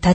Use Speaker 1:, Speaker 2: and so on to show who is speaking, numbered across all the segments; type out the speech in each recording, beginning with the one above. Speaker 1: た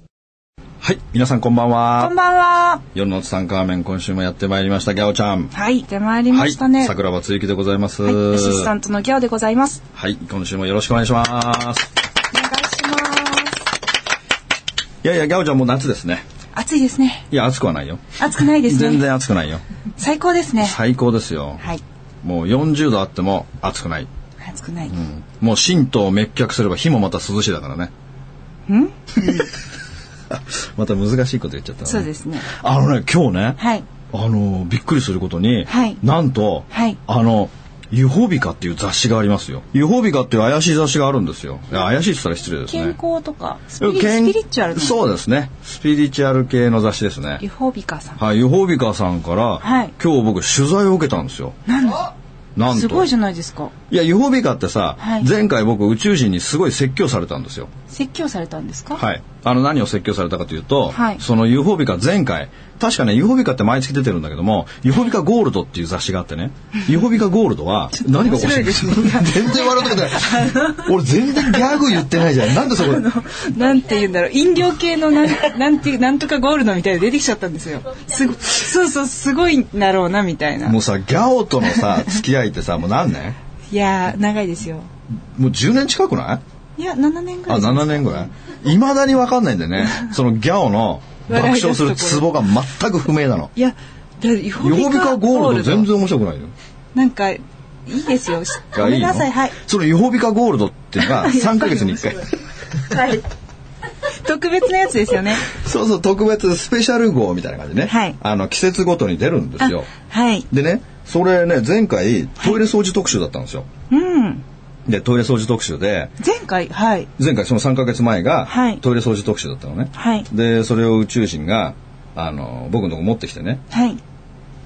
Speaker 2: はい、皆さんこんばんは。
Speaker 3: こんばんは。
Speaker 2: 夜のツタンカーメン、今週もやってまいりました、ギャオちゃん。
Speaker 3: はい。出まいり
Speaker 2: は
Speaker 3: ま
Speaker 2: い、
Speaker 3: したね。
Speaker 2: 桜庭つゆきでございます。
Speaker 3: アシスタントのギャオでございます。
Speaker 2: はい、今週もよろしくお願いします。
Speaker 3: お願いします。
Speaker 2: いやいや、ギャオちゃんもう夏ですね。
Speaker 3: 暑いですね。
Speaker 2: いや、暑くはないよ。
Speaker 3: 暑くないです
Speaker 2: 全
Speaker 3: ね。
Speaker 2: 然暑くないよ。
Speaker 3: 最高ですね。
Speaker 2: 最高ですよ。
Speaker 3: はい。
Speaker 2: もう40度あっても暑くない。
Speaker 3: 暑くない。
Speaker 2: もう神道を滅却すれば火もまた涼しいだからね。
Speaker 3: ん
Speaker 2: また難しいこと言っちゃった、
Speaker 3: そうですね。
Speaker 2: あのね、今日ね、
Speaker 3: はい。
Speaker 2: あの、びっくりすることに、
Speaker 3: はい
Speaker 2: なんと、
Speaker 3: はい
Speaker 2: あの、ユホビカっていう雑誌がありますよ。ユホビカっていう怪しい雑誌があるんですよ。いや怪しいって言ったら失礼です
Speaker 3: 健
Speaker 2: ね。
Speaker 3: 康とか、スピリ
Speaker 2: 健
Speaker 3: スピリチュアルの
Speaker 2: そうですね。スピリチュアル系の雑誌ですね
Speaker 3: リ。フォービカさん。
Speaker 2: はい、ユホビカさんから、
Speaker 3: はい
Speaker 2: 今日僕取材を受けたんですよ。
Speaker 3: なんだ
Speaker 2: なんと。
Speaker 3: すごいじゃないですか。
Speaker 2: いや、ユホビカってさ、
Speaker 3: はい
Speaker 2: 前回僕宇宙人にすごい説教されたんですよ。
Speaker 3: 説教されたんですか
Speaker 2: はい。あの、何を説教されたかというと、
Speaker 3: はい
Speaker 2: そのユーフォビカ前回、確かね、ユーフォビカって毎月出てるんだけども、ユーフォビカゴールドっていう雑誌があって ね、ユーフォビカゴールドは、何がおかしいんですか 全然笑うとこない。 俺全然ギャグ言ってないじゃん。なんでそこで。
Speaker 3: なんて言うんだろう飲料系のなん なんてなんとかゴールドみたいなの出てきちゃったんですよすごそうそうすごいんだろうなみたいな
Speaker 2: もうさ、ギャオとの さ、付き合いってさ、もう何年
Speaker 3: いやー長いですよ
Speaker 2: もう10年近くない
Speaker 3: いや7年ぐら
Speaker 2: あ、
Speaker 3: いじゃない
Speaker 2: 7年ぐらいいまだにわかんないんでね、そのギャオの爆笑するツボが全く不明なの。
Speaker 3: いや、だ予
Speaker 2: ユーフォビカゴールド全
Speaker 3: 然。
Speaker 2: 然面白くないよ。
Speaker 3: なんか、いいですよ。ごめんなさい、はい。
Speaker 2: そのユホビカゴールドっていうの が3ヶ月に1回。
Speaker 3: はい。特別なやつですよね。
Speaker 2: そうそう、特別スペシャル号みたいな感じね。
Speaker 3: はい
Speaker 2: あの、季節ごとに出るんですよ。
Speaker 3: はい。
Speaker 2: でね、それね、前回、トイレ掃除特集だったんですよ。
Speaker 3: うん。
Speaker 2: で、トイレ掃除特集で、
Speaker 3: 前回、はい。
Speaker 2: 前回その3ヶ月前が
Speaker 3: はい、
Speaker 2: トイレ掃除特集だったのね。
Speaker 3: はい
Speaker 2: で、それを宇宙人が、あの、僕のとこ持ってきてね、
Speaker 3: はい。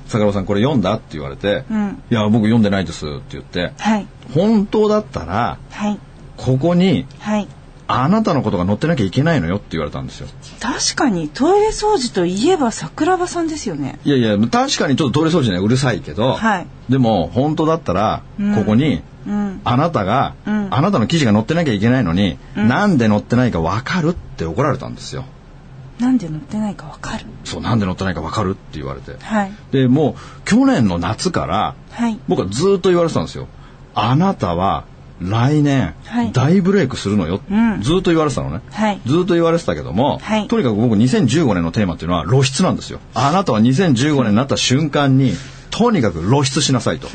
Speaker 2: 桜庭さんこれ読んだって言われて、
Speaker 3: うん
Speaker 2: いや、僕読んでないですって言って、
Speaker 3: はい。
Speaker 2: 本当だったら、
Speaker 3: はい。
Speaker 2: ここに、
Speaker 3: はい。
Speaker 2: あなたのことが載ってなきゃいけないのよって言われたんですよ。
Speaker 3: 確かに、トイレ掃除といえば桜庭さんですよね。
Speaker 2: いやいや、確かにちょっとトイレ掃除にはうるさいけど、
Speaker 3: はい
Speaker 2: でも本当だったら、
Speaker 3: ん
Speaker 2: ここに、
Speaker 3: うん。
Speaker 2: あなたが、
Speaker 3: うん
Speaker 2: あなたの記事が載ってなきゃいけないのに、なんで載ってないかわかるって怒られたんですよ。
Speaker 3: なんで乗ってないかわかる。
Speaker 2: そう、なんで載ってないかわかるって言われて。
Speaker 3: はい。
Speaker 2: で、もう去年の夏から、
Speaker 3: はい。
Speaker 2: 僕はずっと言われてたんですよ。あなたは来年
Speaker 3: はい
Speaker 2: 大ブレイクするのよ、
Speaker 3: うん
Speaker 2: ずっと言われてたのね。
Speaker 3: はい
Speaker 2: ずっと言われてたけども、
Speaker 3: はい
Speaker 2: とにかく僕2015年のテーマっていうのは露出なんですよ。あなたは2015年になった瞬間に、とにかく露出しなさ いと。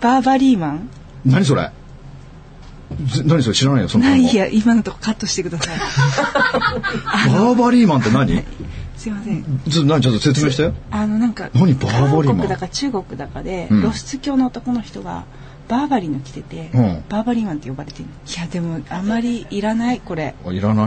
Speaker 3: バーバリーマン
Speaker 2: 何それず何それ知らないよ、その
Speaker 3: な
Speaker 2: 単
Speaker 3: い
Speaker 2: 語
Speaker 3: いや、今のとこカットしてください。
Speaker 2: バーバリーマンって何
Speaker 3: すいません。
Speaker 2: ず何ちょっと説明して。
Speaker 3: あのなんか
Speaker 2: 何バーバリーマン
Speaker 3: 韓国だか中国だかで、
Speaker 2: うん
Speaker 3: 露出狂の男の人がバーバリーの着てて、
Speaker 2: うん
Speaker 3: バーバリーマンって呼ばれてるいやでもあまりいらないこれ
Speaker 2: あいらない、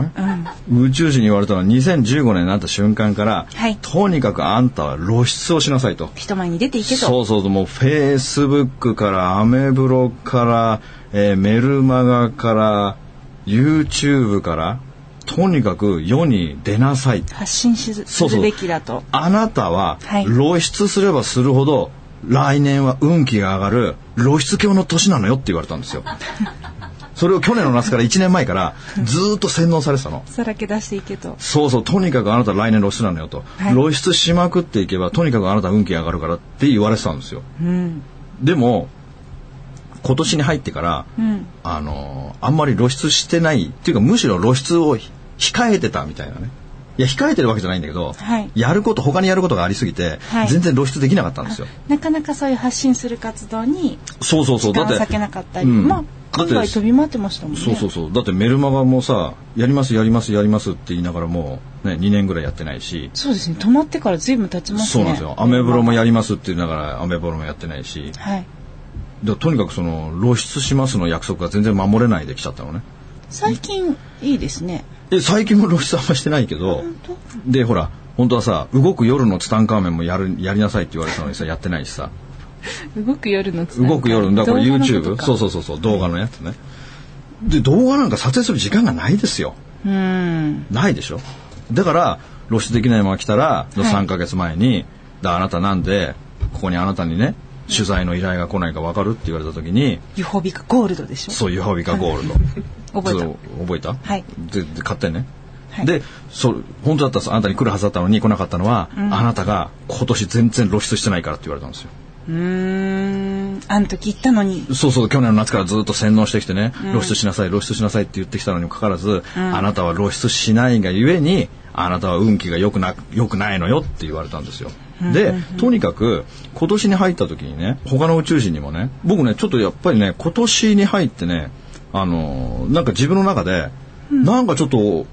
Speaker 3: うん
Speaker 2: 宇宙人に言われたのは2015年になった瞬間から、
Speaker 3: はい
Speaker 2: とにかくあんたは露出をしなさいと。
Speaker 3: 人前に出ていけと
Speaker 2: そうそうそうもうフェイスブックからアメブロから、えーメルマガから YouTube からとにかく世に出なさい
Speaker 3: 発信しず
Speaker 2: そうそう
Speaker 3: するべきだと
Speaker 2: あなたは
Speaker 3: はい
Speaker 2: 露出すればするほど、来年は運気が上がる露出狂の年なのよって言われたんです よそれを去年の夏から1年前からずーっと洗脳されてたの
Speaker 3: さらけ出していけと
Speaker 2: そうそうとにかくあなた来年露出なのよと、
Speaker 3: はい
Speaker 2: 露出しまくっていけばとにかくあなた運気が上がるからって言われてたんですよ
Speaker 3: うん
Speaker 2: でも今年に入ってから、
Speaker 3: うん
Speaker 2: あのーあんまり露出してないっていうかむしろ露出を控えてたみたいなねいや控えてるわけじゃないんだけど、
Speaker 3: はい
Speaker 2: やること他にやることがありすぎて、
Speaker 3: はい
Speaker 2: 全然露出できなかったんですよ
Speaker 3: なかなかそういう発信する活動に
Speaker 2: そうそうそう
Speaker 3: 時間
Speaker 2: だっ
Speaker 3: を
Speaker 2: て
Speaker 3: 割けなかったり、
Speaker 2: うん
Speaker 3: まあ
Speaker 2: だっ
Speaker 3: 海
Speaker 2: て
Speaker 3: 外飛び回ってましたもんね
Speaker 2: そうそうそうだってメルマガもさやりますやりますやりますって言いながらもう、ね、2年ぐらいやってないし
Speaker 3: そうですね止まってから随分経ちます
Speaker 2: そ
Speaker 3: ね
Speaker 2: うなんですよアメブロもやりますって言いながらアメブロもやってないし
Speaker 3: はい
Speaker 2: だとにかくその露出しますの約束が全然守れないできちゃったのね
Speaker 3: 最近いいですね
Speaker 2: で最近も露出あんましてないけど
Speaker 3: 本当
Speaker 2: でほら本当はさ動く夜のツタンカーメンもやるやりなさいって言われたのにさやってないしさ
Speaker 3: 動く夜のつながり
Speaker 2: 動く夜のだから
Speaker 3: 動画のこと
Speaker 2: YouTube
Speaker 3: か
Speaker 2: そうそうそうそう動画のやつねで動画なんか撮影する時間がないですよ
Speaker 3: うん
Speaker 2: ないでしょだから露出できないまま来たら3か月前に「だあなたなんでここにあなたにね取材の依頼が来ないか分かる?」って言われた時に
Speaker 3: ユホビカゴールドで
Speaker 2: 「
Speaker 3: しょ
Speaker 2: そういうハビカゴールド」
Speaker 3: 覚えた
Speaker 2: そう覚えた
Speaker 3: はい
Speaker 2: でで買ってね、
Speaker 3: はい
Speaker 2: でそ本当だったらあなたに来るはずだったのに来なかったのは、あなたが今年全然露出してないからって言われたんですよ
Speaker 3: うーんあん時言ったのに
Speaker 2: そうそう去年の夏からずっと洗脳してきてね、露出しなさい露出しなさいって言ってきたのにもかかわらず、あなたは露出しないがゆえにあなたは運気が良くな良くないのよって言われたんですよ。でとにかく今年に入った時にね他の宇宙人にもね僕ねちょっとやっぱりね今年に入ってねあのーなんか自分の中で、なんかちょっと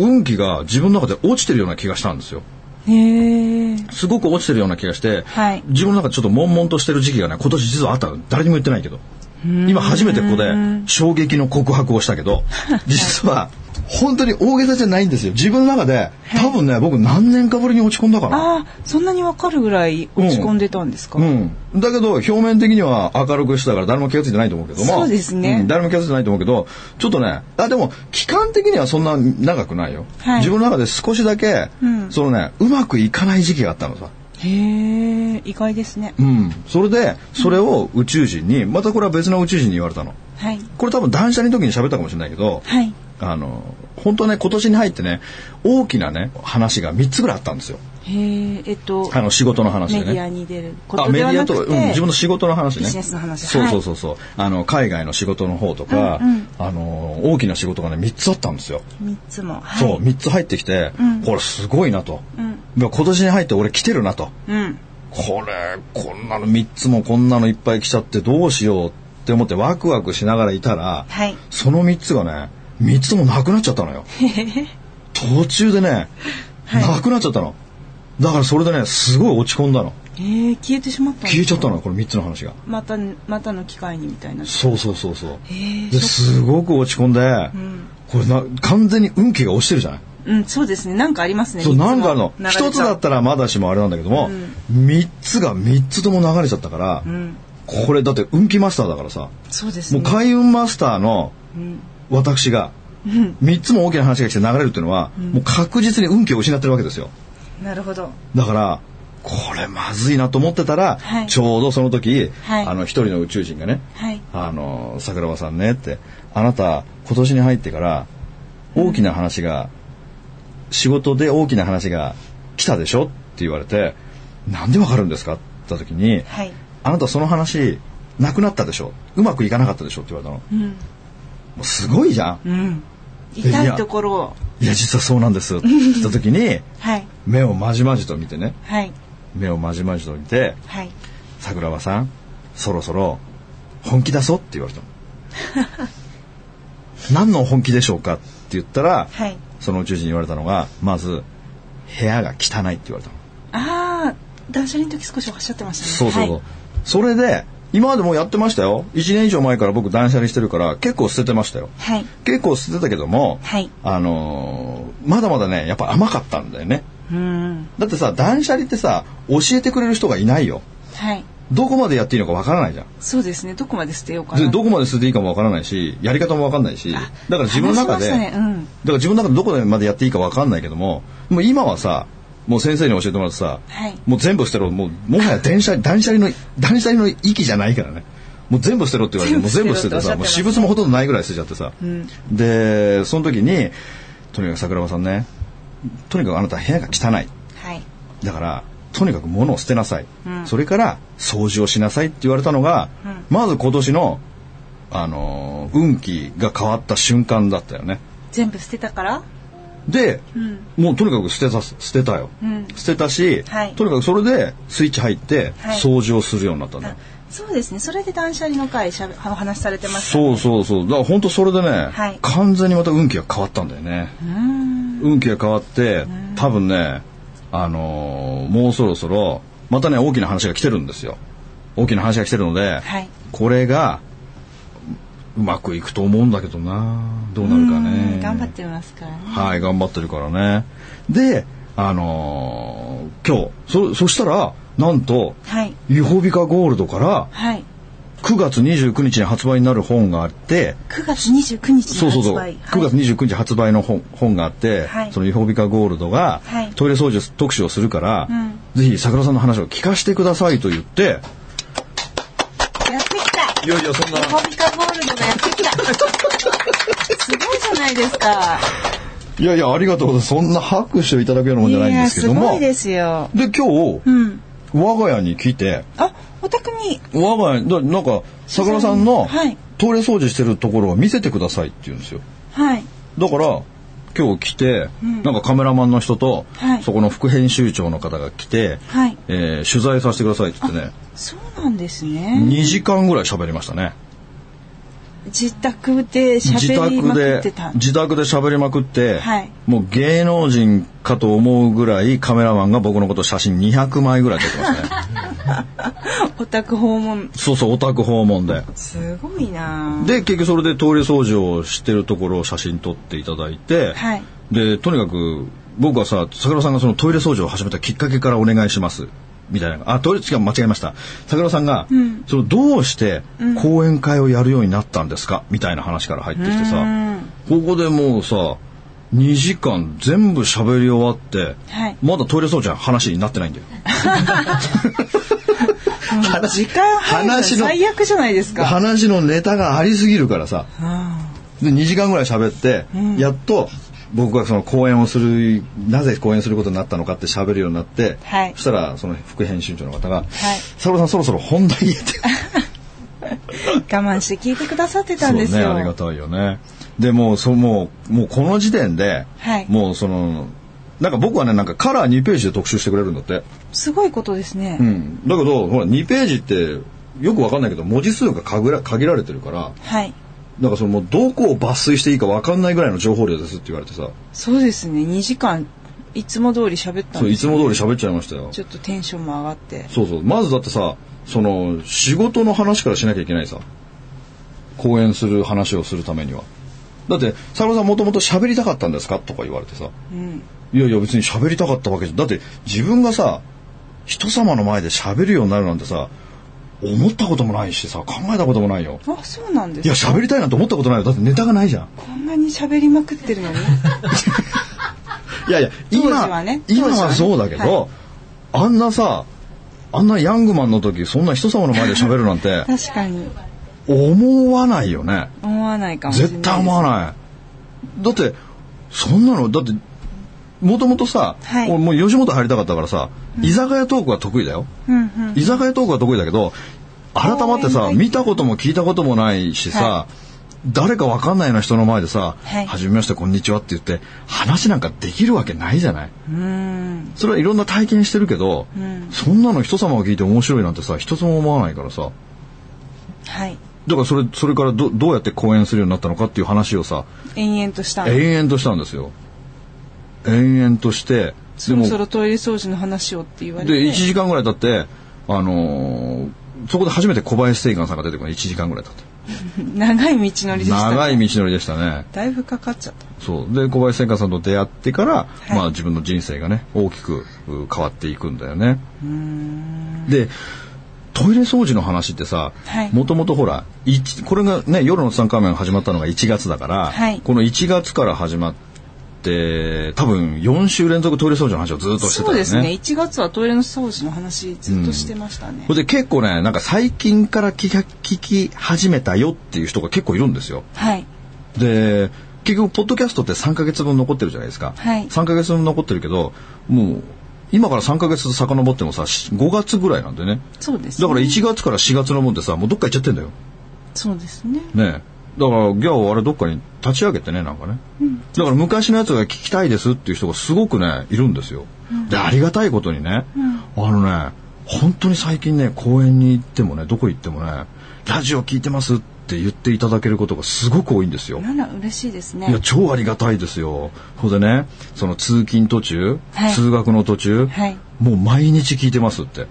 Speaker 2: 運気が自分の中で落ちてるような気がしたんですよ。
Speaker 3: へえ
Speaker 2: すごく落ちてるような気がして、
Speaker 3: はい
Speaker 2: 自分の中でちょっと悶々としてる時期がね今年実はあったの誰にも言ってないけど今初めてここで衝撃の告白をしたけ ど実は本当に大げさじゃないんですよ自分の中で多分ね僕何年かぶりに落ち込んだかな。
Speaker 3: ああそんなにわかるぐらい落ち込んでたんですか、
Speaker 2: うん、だけど表面的には明るくしてたから誰も気が付いてないと思うけども
Speaker 3: そうですね
Speaker 2: ん誰も気が付いてないと思うけどちょっとねあでも期間的にはそんな長くないよ、
Speaker 3: はい
Speaker 2: 自分の中で少しだけ、
Speaker 3: うん
Speaker 2: そのねうまくいかない時期があったのさ、
Speaker 3: へえ意外ですね
Speaker 2: うん、それでそれを宇宙人にまたこれは別の宇宙人に言われたの
Speaker 3: はい
Speaker 2: これ多分断捨離の時に喋ったかもしれないけど、
Speaker 3: はい
Speaker 2: あの本当はね今年に入ってね大きなね話が3つぐらいあったんですよ
Speaker 3: へええっと
Speaker 2: あの仕事の話で
Speaker 3: メ
Speaker 2: ね
Speaker 3: ディアに出るこ
Speaker 2: あ
Speaker 3: と
Speaker 2: メ
Speaker 3: で
Speaker 2: ディ
Speaker 3: は
Speaker 2: ア
Speaker 3: なく
Speaker 2: と、
Speaker 3: て
Speaker 2: うん、自分の仕事の話ね
Speaker 3: ビジネスの話
Speaker 2: そう
Speaker 3: はい
Speaker 2: そうそうそう、あの海外の仕事の方とか、
Speaker 3: うんうん
Speaker 2: あの大きな仕事がね3つあったんですよ、
Speaker 3: 三つもはい
Speaker 2: そう3つ入ってきて、
Speaker 3: うん
Speaker 2: これすごいなと、
Speaker 3: うん
Speaker 2: で今年に入って俺来てるなと
Speaker 3: うん
Speaker 2: これこんなの3つもこんなのいっぱい来ちゃってどうしようって思ってワクワクしながらいたら、
Speaker 3: はい
Speaker 2: その3つがね3つともなくなっちゃった のよ途中でね、
Speaker 3: はい
Speaker 2: なくなっちゃったのだからそれでねすごい落ち込んだの
Speaker 3: ええ消えてしまったの
Speaker 2: 消えちゃったのよこの3つの話が
Speaker 3: またまたの機会にみたいな
Speaker 2: そうそうそうそう
Speaker 3: えー
Speaker 2: ですごく落ち込んで、
Speaker 3: ん
Speaker 2: これな完全に運気が落ちてるじゃない
Speaker 3: うんそうですねなんかありますね
Speaker 2: そう
Speaker 3: 三つも
Speaker 2: なんかあの
Speaker 3: 流れちゃう
Speaker 2: 1つだったらまだしもあれなんだけども、三3つが3つとも流れちゃったから、
Speaker 3: うん
Speaker 2: これだって運気マスターだからさ
Speaker 3: そうです
Speaker 2: も
Speaker 3: ね
Speaker 2: う開運マスターの
Speaker 3: うん
Speaker 2: 私が
Speaker 3: うん
Speaker 2: 3つも大きな話が来て流れるっていうのは、もう確実に運気を失ってるわけですよ
Speaker 3: なるほど
Speaker 2: だからこれまずいなと思ってたら、
Speaker 3: はい
Speaker 2: ちょうどその時、
Speaker 3: はい
Speaker 2: あの一人の宇宙人がね
Speaker 3: はい
Speaker 2: あの桜庭さんねってあなた今年に入ってから大きな話が、仕事で大きな話が来たでしょって言われてなんでわかるんですかって言った時に、
Speaker 3: はい
Speaker 2: あなたその話なくなったでしょうまくいかなかったでしょって言われたのも
Speaker 3: うん
Speaker 2: うすごいじゃん、
Speaker 3: うん痛
Speaker 2: い
Speaker 3: い
Speaker 2: や
Speaker 3: ところを
Speaker 2: いや実はそうなんですって言った時に
Speaker 3: はい
Speaker 2: 目をまじまじと見てね
Speaker 3: はい
Speaker 2: 目をまじまじと見て
Speaker 3: はい
Speaker 2: 「桜庭さんそろそろ本気出そう」って言われたの 何の本気でしょうかって言ったら、
Speaker 3: はい
Speaker 2: その宇宙人に言われたのがまず「部屋が汚い」って言われたの
Speaker 3: ああ断捨離の時少しおっしゃってましたね
Speaker 2: そうそうそう、
Speaker 3: はい
Speaker 2: それで今までもうやってましたよ1年以上前から僕断捨離してるから結構捨ててましたよ
Speaker 3: はい
Speaker 2: 結構捨ててたけども、
Speaker 3: はい
Speaker 2: あのーまだまだねやっぱ甘かったんだよね
Speaker 3: うん
Speaker 2: だってさ断捨離ってさ教えてくれる人がいないよ
Speaker 3: はい
Speaker 2: どこまでやっていいのかわからないじゃん
Speaker 3: そうですねどこまで捨てようか
Speaker 2: で
Speaker 3: な
Speaker 2: どこまで捨てていいかもわからないしやり方もわかんないしだ
Speaker 3: あ
Speaker 2: から自分の中で、
Speaker 3: 話しましたねうん
Speaker 2: だから自分の中でどこまでやっていいかわかんないけどももう今はさもう先生に教えてもらってさ、
Speaker 3: はい
Speaker 2: もう全部捨てろもうもはや電車断捨離の断捨離の域じゃないからねもう全部捨てろって言われてもう全
Speaker 3: 全
Speaker 2: 部
Speaker 3: 部
Speaker 2: 捨て
Speaker 3: 捨てろ
Speaker 2: て
Speaker 3: って
Speaker 2: さ
Speaker 3: おっしゃって
Speaker 2: もう
Speaker 3: ます
Speaker 2: 私物もほとんどないぐらい捨てちゃってさ、
Speaker 3: ん
Speaker 2: でその時にとにかく桜庭さんねとにかくあなた部屋が汚い
Speaker 3: はい
Speaker 2: だからとにかく物を捨てなさい、
Speaker 3: うん
Speaker 2: それから掃除をしなさいって言われたのが、
Speaker 3: うん
Speaker 2: まず今年の、あのー運気が変わった瞬間だったよね
Speaker 3: 全部捨てたから
Speaker 2: で、
Speaker 3: うん
Speaker 2: もうとにかく捨てた捨てたよ、
Speaker 3: うん
Speaker 2: 捨てたし、
Speaker 3: はい
Speaker 2: とにかくそれでスイッチ入って
Speaker 3: はい
Speaker 2: 掃除をするようになったんだよ、
Speaker 3: あそうですねそれで断捨離の回しゃべお話しされてました
Speaker 2: そうそうそうだから本当それでね、
Speaker 3: はい
Speaker 2: 完全にまた運気が変わったんだよね、
Speaker 3: うーん
Speaker 2: 運気が変わって多分ねあのーもうそろそろまたね大きな話が来てるんですよ大きな話が来てるので、
Speaker 3: はい
Speaker 2: これがうまくいくと思うんだけどなどうなるか
Speaker 3: う
Speaker 2: ね
Speaker 3: ん頑張ってますからね
Speaker 2: はい頑張ってるからねであのー今日そそしたらなんと、
Speaker 3: はい
Speaker 2: ユホビカゴールドから
Speaker 3: はい
Speaker 2: 9月29日に発売になる本があって、
Speaker 3: 9月29日
Speaker 2: そう
Speaker 3: の
Speaker 2: そうそ
Speaker 3: 発
Speaker 2: う、
Speaker 3: 売
Speaker 2: 9月29日発売の本本があって、
Speaker 3: はい
Speaker 2: そのユホビカゴールドが
Speaker 3: はい
Speaker 2: トイレ掃除特集をするから、
Speaker 3: うん
Speaker 2: ぜひ桜さんの話を聞かせてくださいと言って、
Speaker 3: はいやってきた
Speaker 2: いやいやそんな
Speaker 3: レホビカゴールドがやってきたすごいじゃないですか
Speaker 2: いやいやありがとうございます。そんな拍手をいただくようなもんじゃないんですけど
Speaker 3: いやす
Speaker 2: も、
Speaker 3: ごいですよ
Speaker 2: で今日、
Speaker 3: うん
Speaker 2: 我が家に来て、
Speaker 3: あお宅に
Speaker 2: 我が家にだなんか桜さんの
Speaker 3: はい
Speaker 2: トイレ掃除してるところを見せてくださいって言うんですよ。
Speaker 3: はい
Speaker 2: だから今日来て、なんかカメラマンの人と、
Speaker 3: はい
Speaker 2: そこの副編集長の方が来て、
Speaker 3: はい
Speaker 2: えー取材させてくださいって言ってね、
Speaker 3: そうなんですね
Speaker 2: 2時間ぐらい喋りましたね。
Speaker 3: 自宅で
Speaker 2: 自
Speaker 3: 喋り
Speaker 2: 宅
Speaker 3: まく
Speaker 2: で
Speaker 3: ってた
Speaker 2: 自宅で喋りまくって、
Speaker 3: はい
Speaker 2: もう芸能人かと思うぐらいカメラマンが僕のこと写真200枚ぐらい撮ってま したね。
Speaker 3: お宅訪問
Speaker 2: そうそうオタク訪問で。
Speaker 3: すごいな
Speaker 2: で結局それでトイレ掃除をしてるところを写真撮っていただいて、
Speaker 3: はい
Speaker 2: でとにかく僕はさ桜さんがそのトイレ掃除を始めたきっかけからお願いしますみたいなあトイレ違う間違えました桜さんが、
Speaker 3: うん
Speaker 2: そのどうして講演会をやるようになったんですかみたいな話から入ってきてさ、
Speaker 3: うん
Speaker 2: ここでもうさ2時間全部喋り終わって、
Speaker 3: はい
Speaker 2: まだトイレ掃除の話になってないんだよ話
Speaker 3: 時間配分
Speaker 2: 話の
Speaker 3: 最悪じゃないですか
Speaker 2: 話のネタがありすぎるからさ
Speaker 3: あ
Speaker 2: で2時間ぐらい喋って、やっと僕がその講演をするなぜ講演することになったのかって喋るようになって、
Speaker 3: はい
Speaker 2: そしたらその副編集長の方が「
Speaker 3: い
Speaker 2: サロさんそろそろ本題言え」って
Speaker 3: ー我慢して聞いてくださってたんです
Speaker 2: そうね
Speaker 3: よ
Speaker 2: ありがたいよねでもうそもうもうこの時点で、
Speaker 3: はい
Speaker 2: もうそのなんか僕はねなんかカラー2ページで特集してくれるんだって、
Speaker 3: すごいことですね、
Speaker 2: うん、だけどほら2ページってよくわかんないけど文字数が限ら限られてるから
Speaker 3: はい
Speaker 2: なんかそのもうどこを抜粋していいかわかんないぐらいの情報量ですって言われてさ
Speaker 3: そうですね2時間いつも通り喋ったん
Speaker 2: そう
Speaker 3: で
Speaker 2: い
Speaker 3: す
Speaker 2: つも通り喋っちゃいましたよ
Speaker 3: ちょっとテンションも上がって
Speaker 2: そうそうまずだってさその仕事の話からしなきゃいけないさ講演する話をするためにはだって「佐野さんもともと喋りたかったんですか?」とか言われてさ「
Speaker 3: うん
Speaker 2: いやいや別に喋りたかったわけじゃだって自分がさ人様の前で喋るようになるなんてさ思ったこともないしさ考えたこともないよ
Speaker 3: あそうなんで
Speaker 2: いや
Speaker 3: すか
Speaker 2: 喋りたいなんて思ったことないよだってネタがないじゃん
Speaker 3: こんなに喋りまくってるのに
Speaker 2: いやいや今
Speaker 3: 当時はね
Speaker 2: 今
Speaker 3: 当時は
Speaker 2: は
Speaker 3: ね
Speaker 2: そうだけど、あんなさあんなヤングマンの時そんな人様の前で喋るなん て
Speaker 3: 確かに
Speaker 2: 思わないよね
Speaker 3: 思わないかもしれない
Speaker 2: 絶対思わないだってそんなのだってもともとさ、
Speaker 3: はい
Speaker 2: 俺もう吉本入りたかったからさ、居酒屋トークは得意だよ、
Speaker 3: いうんうん
Speaker 2: 居酒屋トークは得意だけど改まって
Speaker 3: 応
Speaker 2: さ
Speaker 3: 援が
Speaker 2: 見たことも聞いたこともないしさ、
Speaker 3: は
Speaker 2: 誰かわかんないような人の前でさ「
Speaker 3: はい
Speaker 2: はじめましてこんにちは」って言って話なんかできるわけないじゃないう
Speaker 3: ーん
Speaker 2: それはいろんな体験してるけど、
Speaker 3: うん
Speaker 2: そんなの人様が聞いて面白いなんてさ一つも思わないからさ
Speaker 3: はい
Speaker 2: だからそれそれからどどうやって講演するようになったのかっていう話をさ
Speaker 3: 延々とした
Speaker 2: 延々としたんですよ延々として
Speaker 3: そろそろトイレ掃除の話をって言われ
Speaker 2: で1
Speaker 3: て
Speaker 2: 時間ぐらい経ってあのーそこで初めて小林聖寛さんが出てくるの1時間ぐらい経って
Speaker 3: 長い道のりでしたね
Speaker 2: 長い道のりでしたね
Speaker 3: だいぶかかっちゃった
Speaker 2: そうで小林聖寛さんと出会ってから、
Speaker 3: い
Speaker 2: まあ自分の人生がね大きくう変わっていくんだよねでトイレ掃除の話ってさ
Speaker 3: はい
Speaker 2: もともとほらいちこれがね夜のツタンカーメンが始まったのが1月だから、
Speaker 3: はい
Speaker 2: この1月から始まって多分4週連続トイレ掃除の話をずっとしてた
Speaker 3: そ
Speaker 2: よ
Speaker 3: う
Speaker 2: ね
Speaker 3: ですね1月はトイレの掃除の話ずっとしてましたね
Speaker 2: それで結構ねなんか最近から聞か聞き始めたよっていう人が結構いるんですよ
Speaker 3: はい
Speaker 2: で結局ポッドキャストって3ヶ月分残ってるじゃないですか、
Speaker 3: はい
Speaker 2: 3ヶ月分残ってるけどもう今から3ヶ月遡ってもさし5月ぐらいなんでね
Speaker 3: そうですね
Speaker 2: だから1月から4月のもんでさもうどっか行っちゃってんだよ
Speaker 3: そうですね
Speaker 2: ねえだからギャオあれどっかに立ち上げてねなんかね、だから昔のやつが聞きたいですっていう人がすごくねいるんですよ、でありがたいことにね、あのね本当に最近ね公園に行ってもねどこ行ってもねラジオ聞いてますって言っていただけることがすごく多いんですよ、
Speaker 3: なら嬉しいですね
Speaker 2: いや超ありがたいですよほんでねその通勤途中、
Speaker 3: はい
Speaker 2: 通学の途中、
Speaker 3: はい
Speaker 2: もう毎日聞いてますって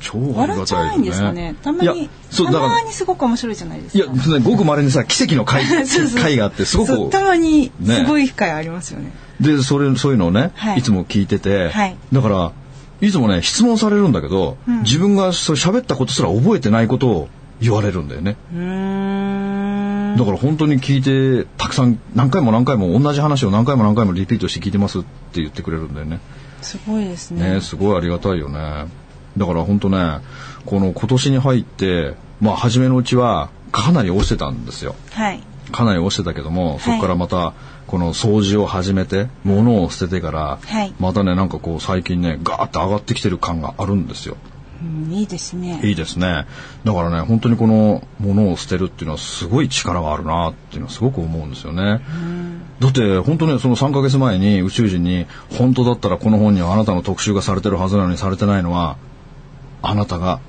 Speaker 2: 超あり
Speaker 3: 笑っ
Speaker 2: が
Speaker 3: ちゃわ
Speaker 2: た
Speaker 3: ないいんですかねたま
Speaker 2: いや
Speaker 3: に
Speaker 2: そう
Speaker 3: た
Speaker 2: だから
Speaker 3: まにすごく面白いじゃないです
Speaker 2: いや、
Speaker 3: か
Speaker 2: ごく稀にさ、奇跡の回、
Speaker 3: そうそう
Speaker 2: 回があって、すご
Speaker 3: そう
Speaker 2: く
Speaker 3: た、まに
Speaker 2: ね
Speaker 3: すごい機会ありますよね
Speaker 2: で、それ、そういうのをね、
Speaker 3: はい
Speaker 2: いつも聞いてて
Speaker 3: はい、
Speaker 2: だから、いつもね、質問されるんだけど、自分がそう喋ったことすら覚えてないことを言われるんだよね。
Speaker 3: うーん
Speaker 2: だから本当に聞いて、たくさん何回も何回も同じ話を何回も何回もリピートして聞いてますって言ってくれるんだよね。
Speaker 3: すごいですね
Speaker 2: ね、すごいありがたいよね。だから本当ね、この今年に入って、まあ初めのうちはかなり押してたんですよ。
Speaker 3: はい
Speaker 2: かなり押してたけども、そこからまたこの掃除を始めて物を捨ててから、
Speaker 3: はい
Speaker 2: またねなんかこう最近ねガーッと上がってきてる感があるんですよ
Speaker 3: うんいいですね
Speaker 2: いいですねだからね本当にこの物を捨てるっていうのはすごい力があるなっていうのはすごく思うんですよねだって本当ねその3ヶ月前に宇宙人に本当だったらこの本にはあなたの特集がされてるはずなのにされてないのはあなたが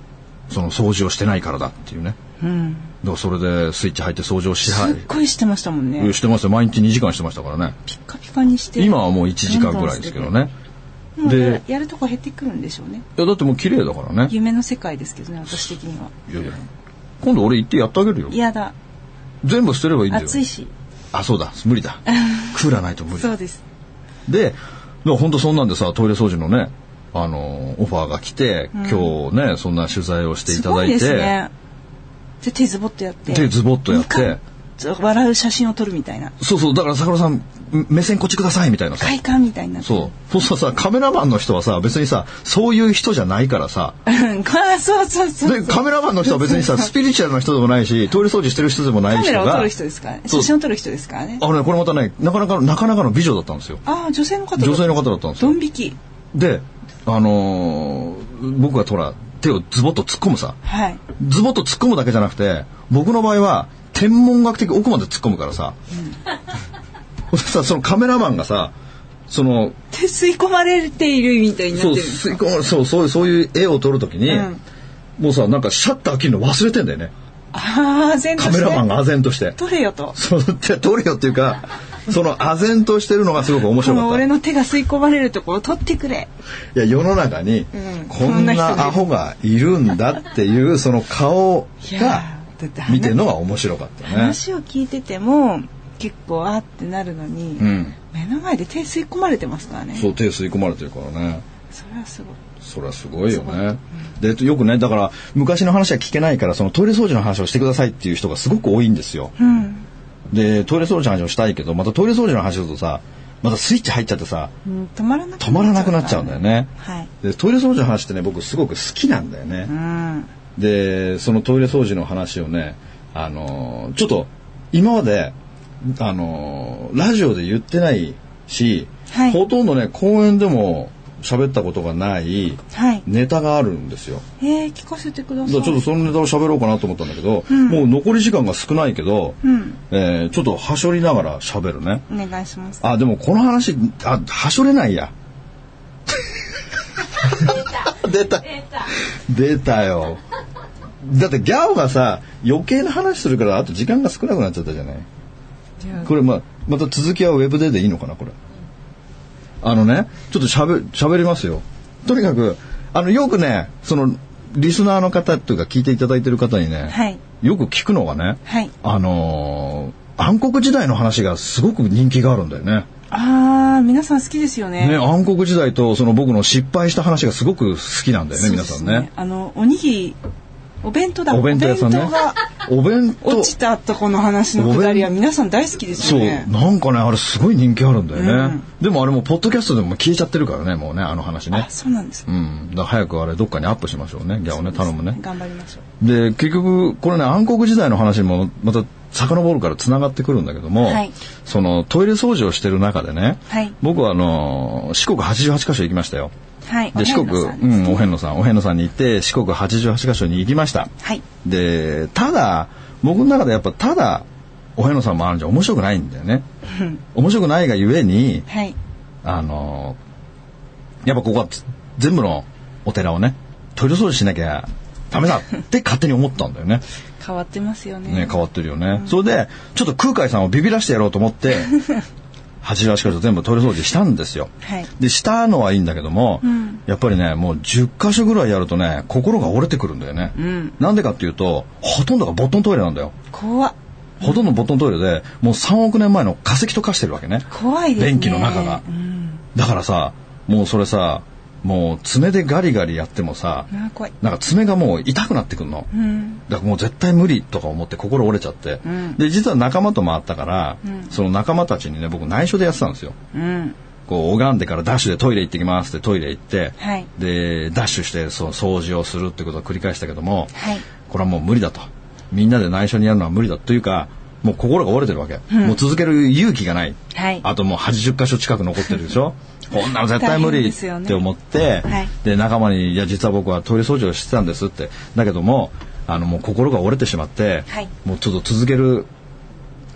Speaker 2: その掃除をしてないからだっていうね
Speaker 3: うん
Speaker 2: だからそれでスイッチ入って掃除をし
Speaker 3: す
Speaker 2: は
Speaker 3: っごいしてましたもんね
Speaker 2: してますよ毎日2時間してましたからね
Speaker 3: ピッカピカにして
Speaker 2: 今はもう1時間ぐらいですけどね
Speaker 3: どんどん捨ててで
Speaker 2: で
Speaker 3: やるとこ減ってくるんでしょうね
Speaker 2: いやだってもう綺麗だからね
Speaker 3: 夢の世界ですけどね私的にはい
Speaker 2: やいや今度俺行ってやってあげるよ
Speaker 3: 嫌だ
Speaker 2: 全部捨てればいいんだよ
Speaker 3: 暑いし
Speaker 2: あそうだ無理 だクーラーないと無理
Speaker 3: そうです
Speaker 2: ででも本当そんなんでさトイレ掃除のねあのーオファーが来て、今日ねそんな取材をしてい
Speaker 3: す
Speaker 2: た
Speaker 3: ご
Speaker 2: だ
Speaker 3: い
Speaker 2: い
Speaker 3: です
Speaker 2: て
Speaker 3: ねで手ズボッとやって
Speaker 2: 手ズボッとやって
Speaker 3: ニカッと笑う写真を撮るみたいな
Speaker 2: そうそうだから桜さん目線こっちくださいみたいなさ
Speaker 3: 快感みたいになって
Speaker 2: そうそうするとさカメラマンの人はさ別にさそういう人じゃないからさ
Speaker 3: うんああそうそうそうそう
Speaker 2: でカメラマンの人は別にさスピリチュアルな人でもないしトイレ掃除してる人でもない
Speaker 3: カメ
Speaker 2: 人
Speaker 3: ラを撮
Speaker 2: が
Speaker 3: る人ですからね
Speaker 2: そう
Speaker 3: 写真を撮る人ですからね
Speaker 2: あのねこれまたねなかなかなかなかの美女だったんですよ
Speaker 3: ああ女性の方だ
Speaker 2: 女性の方だったんです
Speaker 3: ド
Speaker 2: よ
Speaker 3: ン引き
Speaker 2: であのー僕がほら手をズボッと突っ込むさ
Speaker 3: はい
Speaker 2: ズボッと突っ込むだけじゃなくて僕の場合は天文学的奥まで突っ込むからさ、そしてさそのカメラマンがさその
Speaker 3: で吸い込まれているみたいにな
Speaker 2: そう
Speaker 3: ってるんです
Speaker 2: 吸い
Speaker 3: か
Speaker 2: 込まれそうそういうそういう絵を撮るときに、
Speaker 3: うん
Speaker 2: もうさなんかシャッター切るの忘れてんだよね
Speaker 3: ああ全
Speaker 2: カメラマンが唖然と して。
Speaker 3: 撮れよと
Speaker 2: そうって撮るよっていうかその唖然としてるのがすごく面
Speaker 3: こ
Speaker 2: 白か
Speaker 3: の
Speaker 2: った。
Speaker 3: 俺の手が吸い込まれるところを撮ってくれ
Speaker 2: いや世の中に
Speaker 3: うん
Speaker 2: こ
Speaker 3: こん
Speaker 2: ん
Speaker 3: な人ね
Speaker 2: なアホがいるんだって いうその顔
Speaker 3: いや
Speaker 2: が
Speaker 3: だって話
Speaker 2: 見てるのが面白かったね。
Speaker 3: 話を聞いてても結構あーってなるのに、
Speaker 2: うん。
Speaker 3: 目の前で手吸い込まれてますからね
Speaker 2: そう手吸い込まれてるからね。
Speaker 3: それはすごい
Speaker 2: それはすごいよね。でよくねだから昔の話は聞けないからそのトイレ掃除の話をしてくださいっていう人がすごく多いんですよ。
Speaker 3: うん
Speaker 2: でトイレ掃除の話をしたいけどまたトイレ掃除の話をするとさまたスイッチ入っちゃってさ
Speaker 3: うん止まらなくなっちゃう
Speaker 2: 止まらなくなっちゃうんだよね。
Speaker 3: はい
Speaker 2: でトイレ掃除の話ってね僕すごく好きなんだよね。
Speaker 3: うん
Speaker 2: でそのトイレ掃除の話をねあのーちょっと今まであのーラジオで言ってないし、
Speaker 3: はい
Speaker 2: ほとんどね公演でも喋ったことがない
Speaker 3: はい
Speaker 2: ネタがあるんですよ。
Speaker 3: えー、聞かせてくだ
Speaker 2: だ
Speaker 3: さ
Speaker 2: か
Speaker 3: い
Speaker 2: らちょっとそのネタを喋ろうかなと思ったんだけど、
Speaker 3: ん
Speaker 2: もう残り時間が少ないけど、
Speaker 3: うん
Speaker 2: えーちょっとはしょりながら喋るね。
Speaker 3: お願いします
Speaker 2: あでもこの話あはしょれないや。出た。出たよ。だってギャオがさ余計な話するからあと時間が少なくなっちゃったじゃない。これまあまた続きはウェブででいいのかなこれ。あのねちょっとしゃべ喋りますよ。とにかくあのよくねそのリスナーの方というか聞いていただいてる方にね、
Speaker 3: はい
Speaker 2: よく聞くのがね、
Speaker 3: はい
Speaker 2: あのー暗黒時代の話がすごく人気があるんだよね。
Speaker 3: ああ皆さん好きですよね
Speaker 2: ね、暗黒時代とその僕の失敗した話がすごく好きなんだよね、皆さん
Speaker 3: そうです
Speaker 2: ね。
Speaker 3: あのおにぎりお弁当だ
Speaker 2: お弁当屋さんね
Speaker 3: お弁当が。
Speaker 2: お弁当。
Speaker 3: 落ちたとこの話のくだりは皆さん大好きです
Speaker 2: そ
Speaker 3: よ
Speaker 2: う、
Speaker 3: ね
Speaker 2: なんかね、あれすごい人気あるんだよね。
Speaker 3: うん
Speaker 2: でもあれもうポッドキャストでも消えちゃってるからね、もうね、あの話ね
Speaker 3: あ。そうなんです
Speaker 2: うん。だから早くあれどっかにアップしましょうね、ギャオね、頼むね。
Speaker 3: 頑張りましょう
Speaker 2: で、結局、これね、暗黒時代の話にもまた遡るから繋がってくるんだけども、
Speaker 3: はい
Speaker 2: そのトイレ掃除をしてる中でね、
Speaker 3: はい
Speaker 2: 僕はあの、四国88カ所行きましたよ。
Speaker 3: はい
Speaker 2: で四国、
Speaker 3: お
Speaker 2: う
Speaker 3: 遍路さんですね
Speaker 2: ん、お遍路さん、お遍路さんに行って、四国88カ所に行きました。
Speaker 3: はい
Speaker 2: で、ただ、僕の中でやっぱただ、お遍路さんもあるんじゃ面白くないんだよね。
Speaker 3: うん
Speaker 2: 面白くないがゆえに、
Speaker 3: はい
Speaker 2: あのやっぱここはつ全部のお寺をね、トイレ掃除しなきゃダメだって勝手に思ったんだよ ね。
Speaker 3: 変わってますよね
Speaker 2: ね、変わってるよね。それで、ちょっと空海さんをビビらしてやろうと思 って、88カ所全部トイレ掃除したんですよ。
Speaker 3: はい
Speaker 2: でしたのはいいんだけども、
Speaker 3: うん
Speaker 2: やっぱりねもう10箇所ぐらいやるとね心が折れてくるんだよね、
Speaker 3: うん
Speaker 2: なんでかっていうとほとんどがボットントイレなんだよ
Speaker 3: 怖っ
Speaker 2: ほとんどボットントイレでもう3億年前の化石と化してるわけね
Speaker 3: 怖いですね
Speaker 2: 電気の中が
Speaker 3: うん
Speaker 2: だからさもうそれさもう爪でガリガリやってもさ
Speaker 3: あー怖い
Speaker 2: なんか爪がもう痛くなってくるの、
Speaker 3: うん
Speaker 2: だからもう絶対無理とか思って心折れちゃって、
Speaker 3: ん
Speaker 2: で実は仲間と回ったから、その仲間たちにね僕内緒でやってたんですよ
Speaker 3: うん
Speaker 2: こう拝んでからダッシュでトイレ行ってきますってトイレ行って、
Speaker 3: はい
Speaker 2: でダッシュしてそう掃除をするってことを繰り返したけども、
Speaker 3: はい
Speaker 2: これはもう無理だとみんなで内緒にやるのは無理だというかもう心が折れてるわけ、もう続ける勇気がない、
Speaker 3: はい
Speaker 2: あともう80箇所近く残ってるでし ょこんなの絶対無
Speaker 3: 大変
Speaker 2: 理
Speaker 3: で
Speaker 2: っ
Speaker 3: すよね
Speaker 2: て思って、
Speaker 3: はい
Speaker 2: で仲間に「いや実は僕はトイレ掃除をしてたんです」ってだけどもあのもう心が折れてしまって、
Speaker 3: はい
Speaker 2: もうちょっと続ける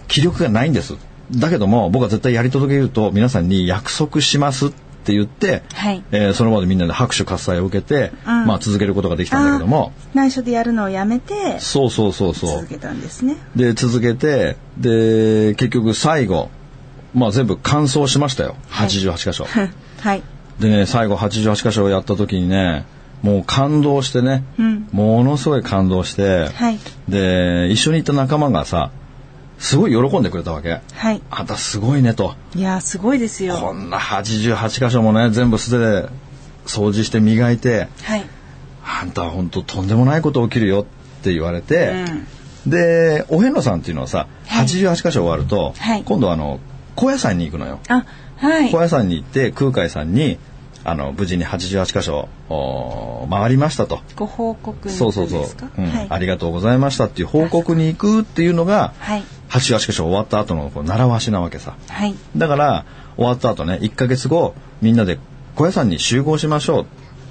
Speaker 2: 気力がないんですだけども僕は絶対やり続けると皆さんに約束しますって言って、
Speaker 3: はい
Speaker 2: えーその場でみんなで拍手喝采を受けて、
Speaker 3: うん
Speaker 2: まあ、続けることができたんだけども
Speaker 3: 内緒でやるのをやめて
Speaker 2: そうそうそうそう
Speaker 3: 続けたんですね
Speaker 2: で続けてで結局最後、まあ、全部完走しましたよ88箇所、
Speaker 3: はい
Speaker 2: でね最後88箇所をやった時にねもう感動してね、
Speaker 3: うん
Speaker 2: ものすごい感動して、
Speaker 3: はい
Speaker 2: で一緒に行った仲間がさすごい喜んでくれたわけ
Speaker 3: はい
Speaker 2: あんたすごいねと
Speaker 3: いやーすごいですよ
Speaker 2: こんな88箇所もね全部素手で掃除して磨いて
Speaker 3: はい
Speaker 2: あんたは本当とんでもないこと起きるよって言われて、でお遍路さんっていうのはさ、
Speaker 3: はい
Speaker 2: 88箇所終わると、
Speaker 3: はい
Speaker 2: 今度あの高野山に行くのよ。
Speaker 3: あはい
Speaker 2: 高野山に行って空海さんにあの無事に88箇所おー回りましたと。
Speaker 3: ご報告に
Speaker 2: そうそうそう、うんありがとうございましたっていう報告に行くっていうのが、
Speaker 3: はい
Speaker 2: 88箇所終わった後のこう習わしなわけさ。
Speaker 3: はい
Speaker 2: だから終わった後ね1ヶ月後みんなで小屋さんに集合しましょうっ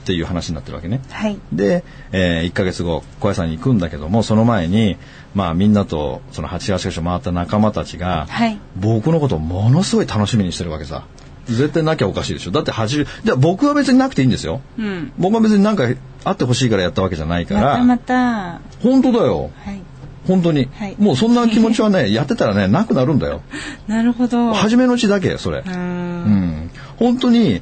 Speaker 2: ていう話になってるわけね。
Speaker 3: はい
Speaker 2: で、え1ヶ月後小屋さんに行くんだけどもその前に、まあ、みんなとその88箇所回った仲間たちが、
Speaker 3: はい
Speaker 2: 僕のことをものすごい楽しみにしてるわけさ。絶対なきゃおかしいでしょ。だって80、じゃあ僕は別になくていいんですよ。
Speaker 3: うん
Speaker 2: 僕は別になんかあってほしいからやったわけじゃないか
Speaker 3: また
Speaker 2: ら。
Speaker 3: また
Speaker 2: 本当だよ。
Speaker 3: はい
Speaker 2: 本当に、
Speaker 3: はい
Speaker 2: もうそんな気持ちはね、やってたらね、なくなるんだよ。
Speaker 3: なるほど
Speaker 2: 初めのうちだけよそれ。
Speaker 3: うー
Speaker 2: うんん、本当に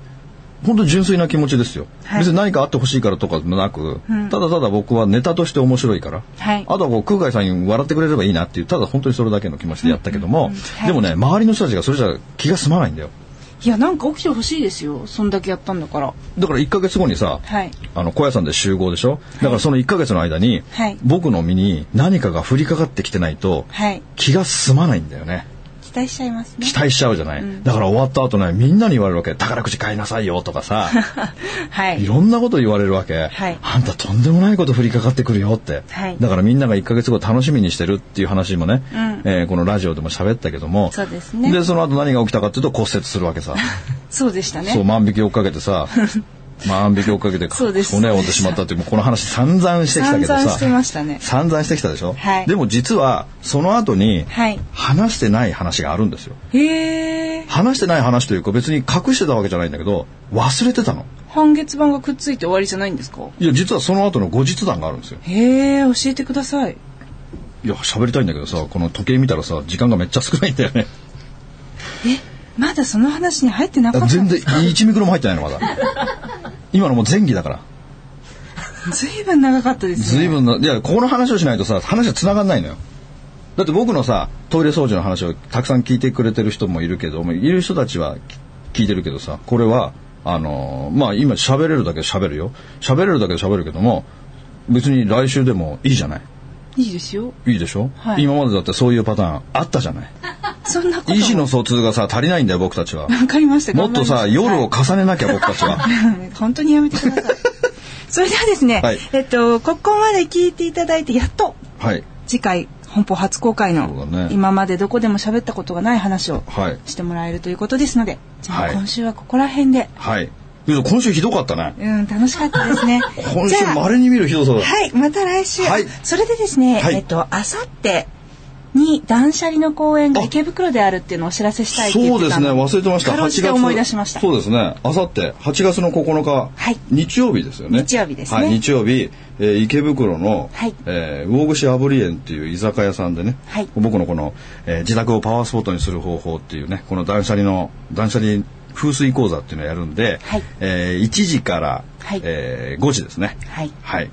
Speaker 2: 本当に純粋な気持ちですよ、
Speaker 3: はい
Speaker 2: 別に何かあってほしいからとかもなく、
Speaker 3: うん
Speaker 2: ただただ僕はネタとして面白いから、
Speaker 3: はい
Speaker 2: あとはこう空海さんに笑ってくれればいいなっていうただ本当にそれだけの気持ちでやったけども、
Speaker 3: はい
Speaker 2: でもね周りの人たちがそれじゃ気が済まないんだよ
Speaker 3: いやなんか起きてほしいですよそんだけやったんだから
Speaker 2: だから1ヶ月後にさ、
Speaker 3: はい
Speaker 2: あの小屋さんで集合でしょだからその1ヶ月の間に、
Speaker 3: はい
Speaker 2: 僕の身に何かが降りかかってきてないと
Speaker 3: はい
Speaker 2: 気が済まないんだよね
Speaker 3: 期待しちゃいます ね
Speaker 2: 期待しちゃうじゃない、だから終わった後ねみんなに言われるわけ宝くじ買いなさいよとかさ
Speaker 3: はいい
Speaker 2: ろんなこと言われるわけ、
Speaker 3: はい
Speaker 2: あんたとんでもないこと降りかかってくるよって、
Speaker 3: はい
Speaker 2: だからみんなが1ヶ月後楽しみにしてるっていう話もね、
Speaker 3: うん
Speaker 2: えーこのラジオでも喋ったけども
Speaker 3: そうですね
Speaker 2: でその後何が起きたかっていうと骨折するわけさ、
Speaker 3: そうで したね
Speaker 2: そう万引き追っかけて さ万引き追っかけて
Speaker 3: そうです
Speaker 2: 骨を折ってしまったっていうもうこの話散々してきたけどさ
Speaker 3: 散々してましたね
Speaker 2: 散々してきたでしょ、
Speaker 3: はい
Speaker 2: でも実はその後に
Speaker 3: はい
Speaker 2: 話してない話があるんですよ
Speaker 3: へえ
Speaker 2: 話してない話というか別に隠してたわけじゃないんだけど忘れてたの
Speaker 3: 半月板がくっついて終わりじゃないんですか
Speaker 2: いや実はその後の後日談があるんですよ
Speaker 3: へえ教えてください
Speaker 2: いや喋りたいんだけどさこの時計見たらさ時間がめっちゃ少ないんだよね
Speaker 3: まだその話に入ってなかった
Speaker 2: 全
Speaker 3: ん
Speaker 2: 然
Speaker 3: ですか
Speaker 2: 1ミクロも入ってないのまだ今のもう前期だから
Speaker 3: ずいぶん長かったです
Speaker 2: 随
Speaker 3: ね
Speaker 2: 分ないやここの話をしないとさ話が繋がんないのよだって僕のさトイレ掃除の話をたくさん聞いてくれてる人もいるけどもいる人たちは聞いてるけどさこれはあのーまあ今喋れるだけ喋るよ喋れるだけ喋るけども別に来週でもいいじゃない
Speaker 3: いいですよ
Speaker 2: いいでしょ、
Speaker 3: はい
Speaker 2: 今までだってそういうパターンあったじゃない
Speaker 3: そんなこと
Speaker 2: 意思の疎通がさ足りないんだよ僕たちは
Speaker 3: わかりました
Speaker 2: もっとさ
Speaker 3: 頑張りま
Speaker 2: 夜
Speaker 3: した
Speaker 2: を重ねなきゃ僕たちは
Speaker 3: 本当にやめて ください。それではですね、
Speaker 2: はい
Speaker 3: えっと、ここまで聞いていただいて、やっと
Speaker 2: はい
Speaker 3: 次回、本邦初公開
Speaker 2: そ
Speaker 3: の、
Speaker 2: うだね
Speaker 3: 今までどこでも喋ったことがない話を
Speaker 2: はい
Speaker 3: してもらえるということですので、じゃ
Speaker 2: は
Speaker 3: あ
Speaker 2: い
Speaker 3: 今週はここら辺で、
Speaker 2: はいけど今週ひどかったね
Speaker 3: うん、楽しかったですね。
Speaker 2: 今
Speaker 3: じ
Speaker 2: 週
Speaker 3: ゃあ
Speaker 2: まれに見るひどさだ
Speaker 3: はい、また来週。
Speaker 2: はい
Speaker 3: それでですね、
Speaker 2: はい
Speaker 3: えっと、あさってに断捨離の公演が
Speaker 2: あ
Speaker 3: 池袋であるっていうのをお知らせしたいって言
Speaker 2: そ
Speaker 3: っ
Speaker 2: う
Speaker 3: て
Speaker 2: で
Speaker 3: た
Speaker 2: すね忘れてました
Speaker 3: かろうじて
Speaker 2: 8
Speaker 3: 思い出しました。
Speaker 2: そうですねあさって8月の9日、
Speaker 3: はい
Speaker 2: 日曜日ですよね
Speaker 3: 日曜日ですね
Speaker 2: はい、日曜日、えー池袋の、
Speaker 3: はい
Speaker 2: えー魚串あぶり園っていう居酒屋さんでね、
Speaker 3: はい
Speaker 2: 僕のこの、えー自宅をパワースポットにする方法っていうねこの断捨離の断捨離風水講座っていうのをやるんで、
Speaker 3: はい
Speaker 2: えー1時から、
Speaker 3: はい
Speaker 2: えー5時ですね。
Speaker 3: はい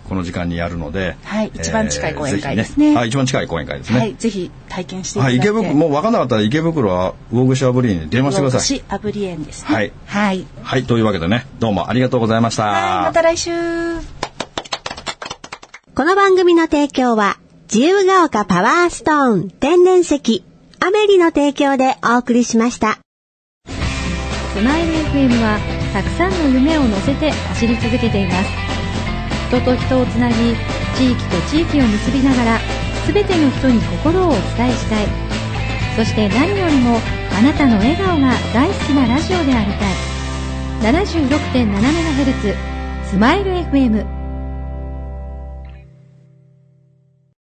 Speaker 2: この時間にやるので。
Speaker 3: はい一番近い講演会
Speaker 2: えーぜひ
Speaker 3: ですね
Speaker 2: はい、一番近い講演会ですね。
Speaker 3: はい、ぜひ体験していた
Speaker 2: は
Speaker 3: だ
Speaker 2: い、
Speaker 3: いて。
Speaker 2: 池袋、もう分かんなかったら池袋はウォーグシャーブリーに電話してください。
Speaker 3: 私アブリエンですね。
Speaker 2: はい
Speaker 3: はい。
Speaker 2: はい、というわけでね、どうもありがとうございました。
Speaker 3: はい、また来週。
Speaker 4: この番組の提供は、自由が丘パワーストーン天然石、アメリの提供でお送りしました。
Speaker 5: スマイル FM はたくさんの夢を乗せて走り続けています人と人をつなぎ地域と地域を結びながら全ての人に心をお伝えしたいそして何よりもあなたの笑顔が大好きなラジオでありたい 76.7MHz スマイル FM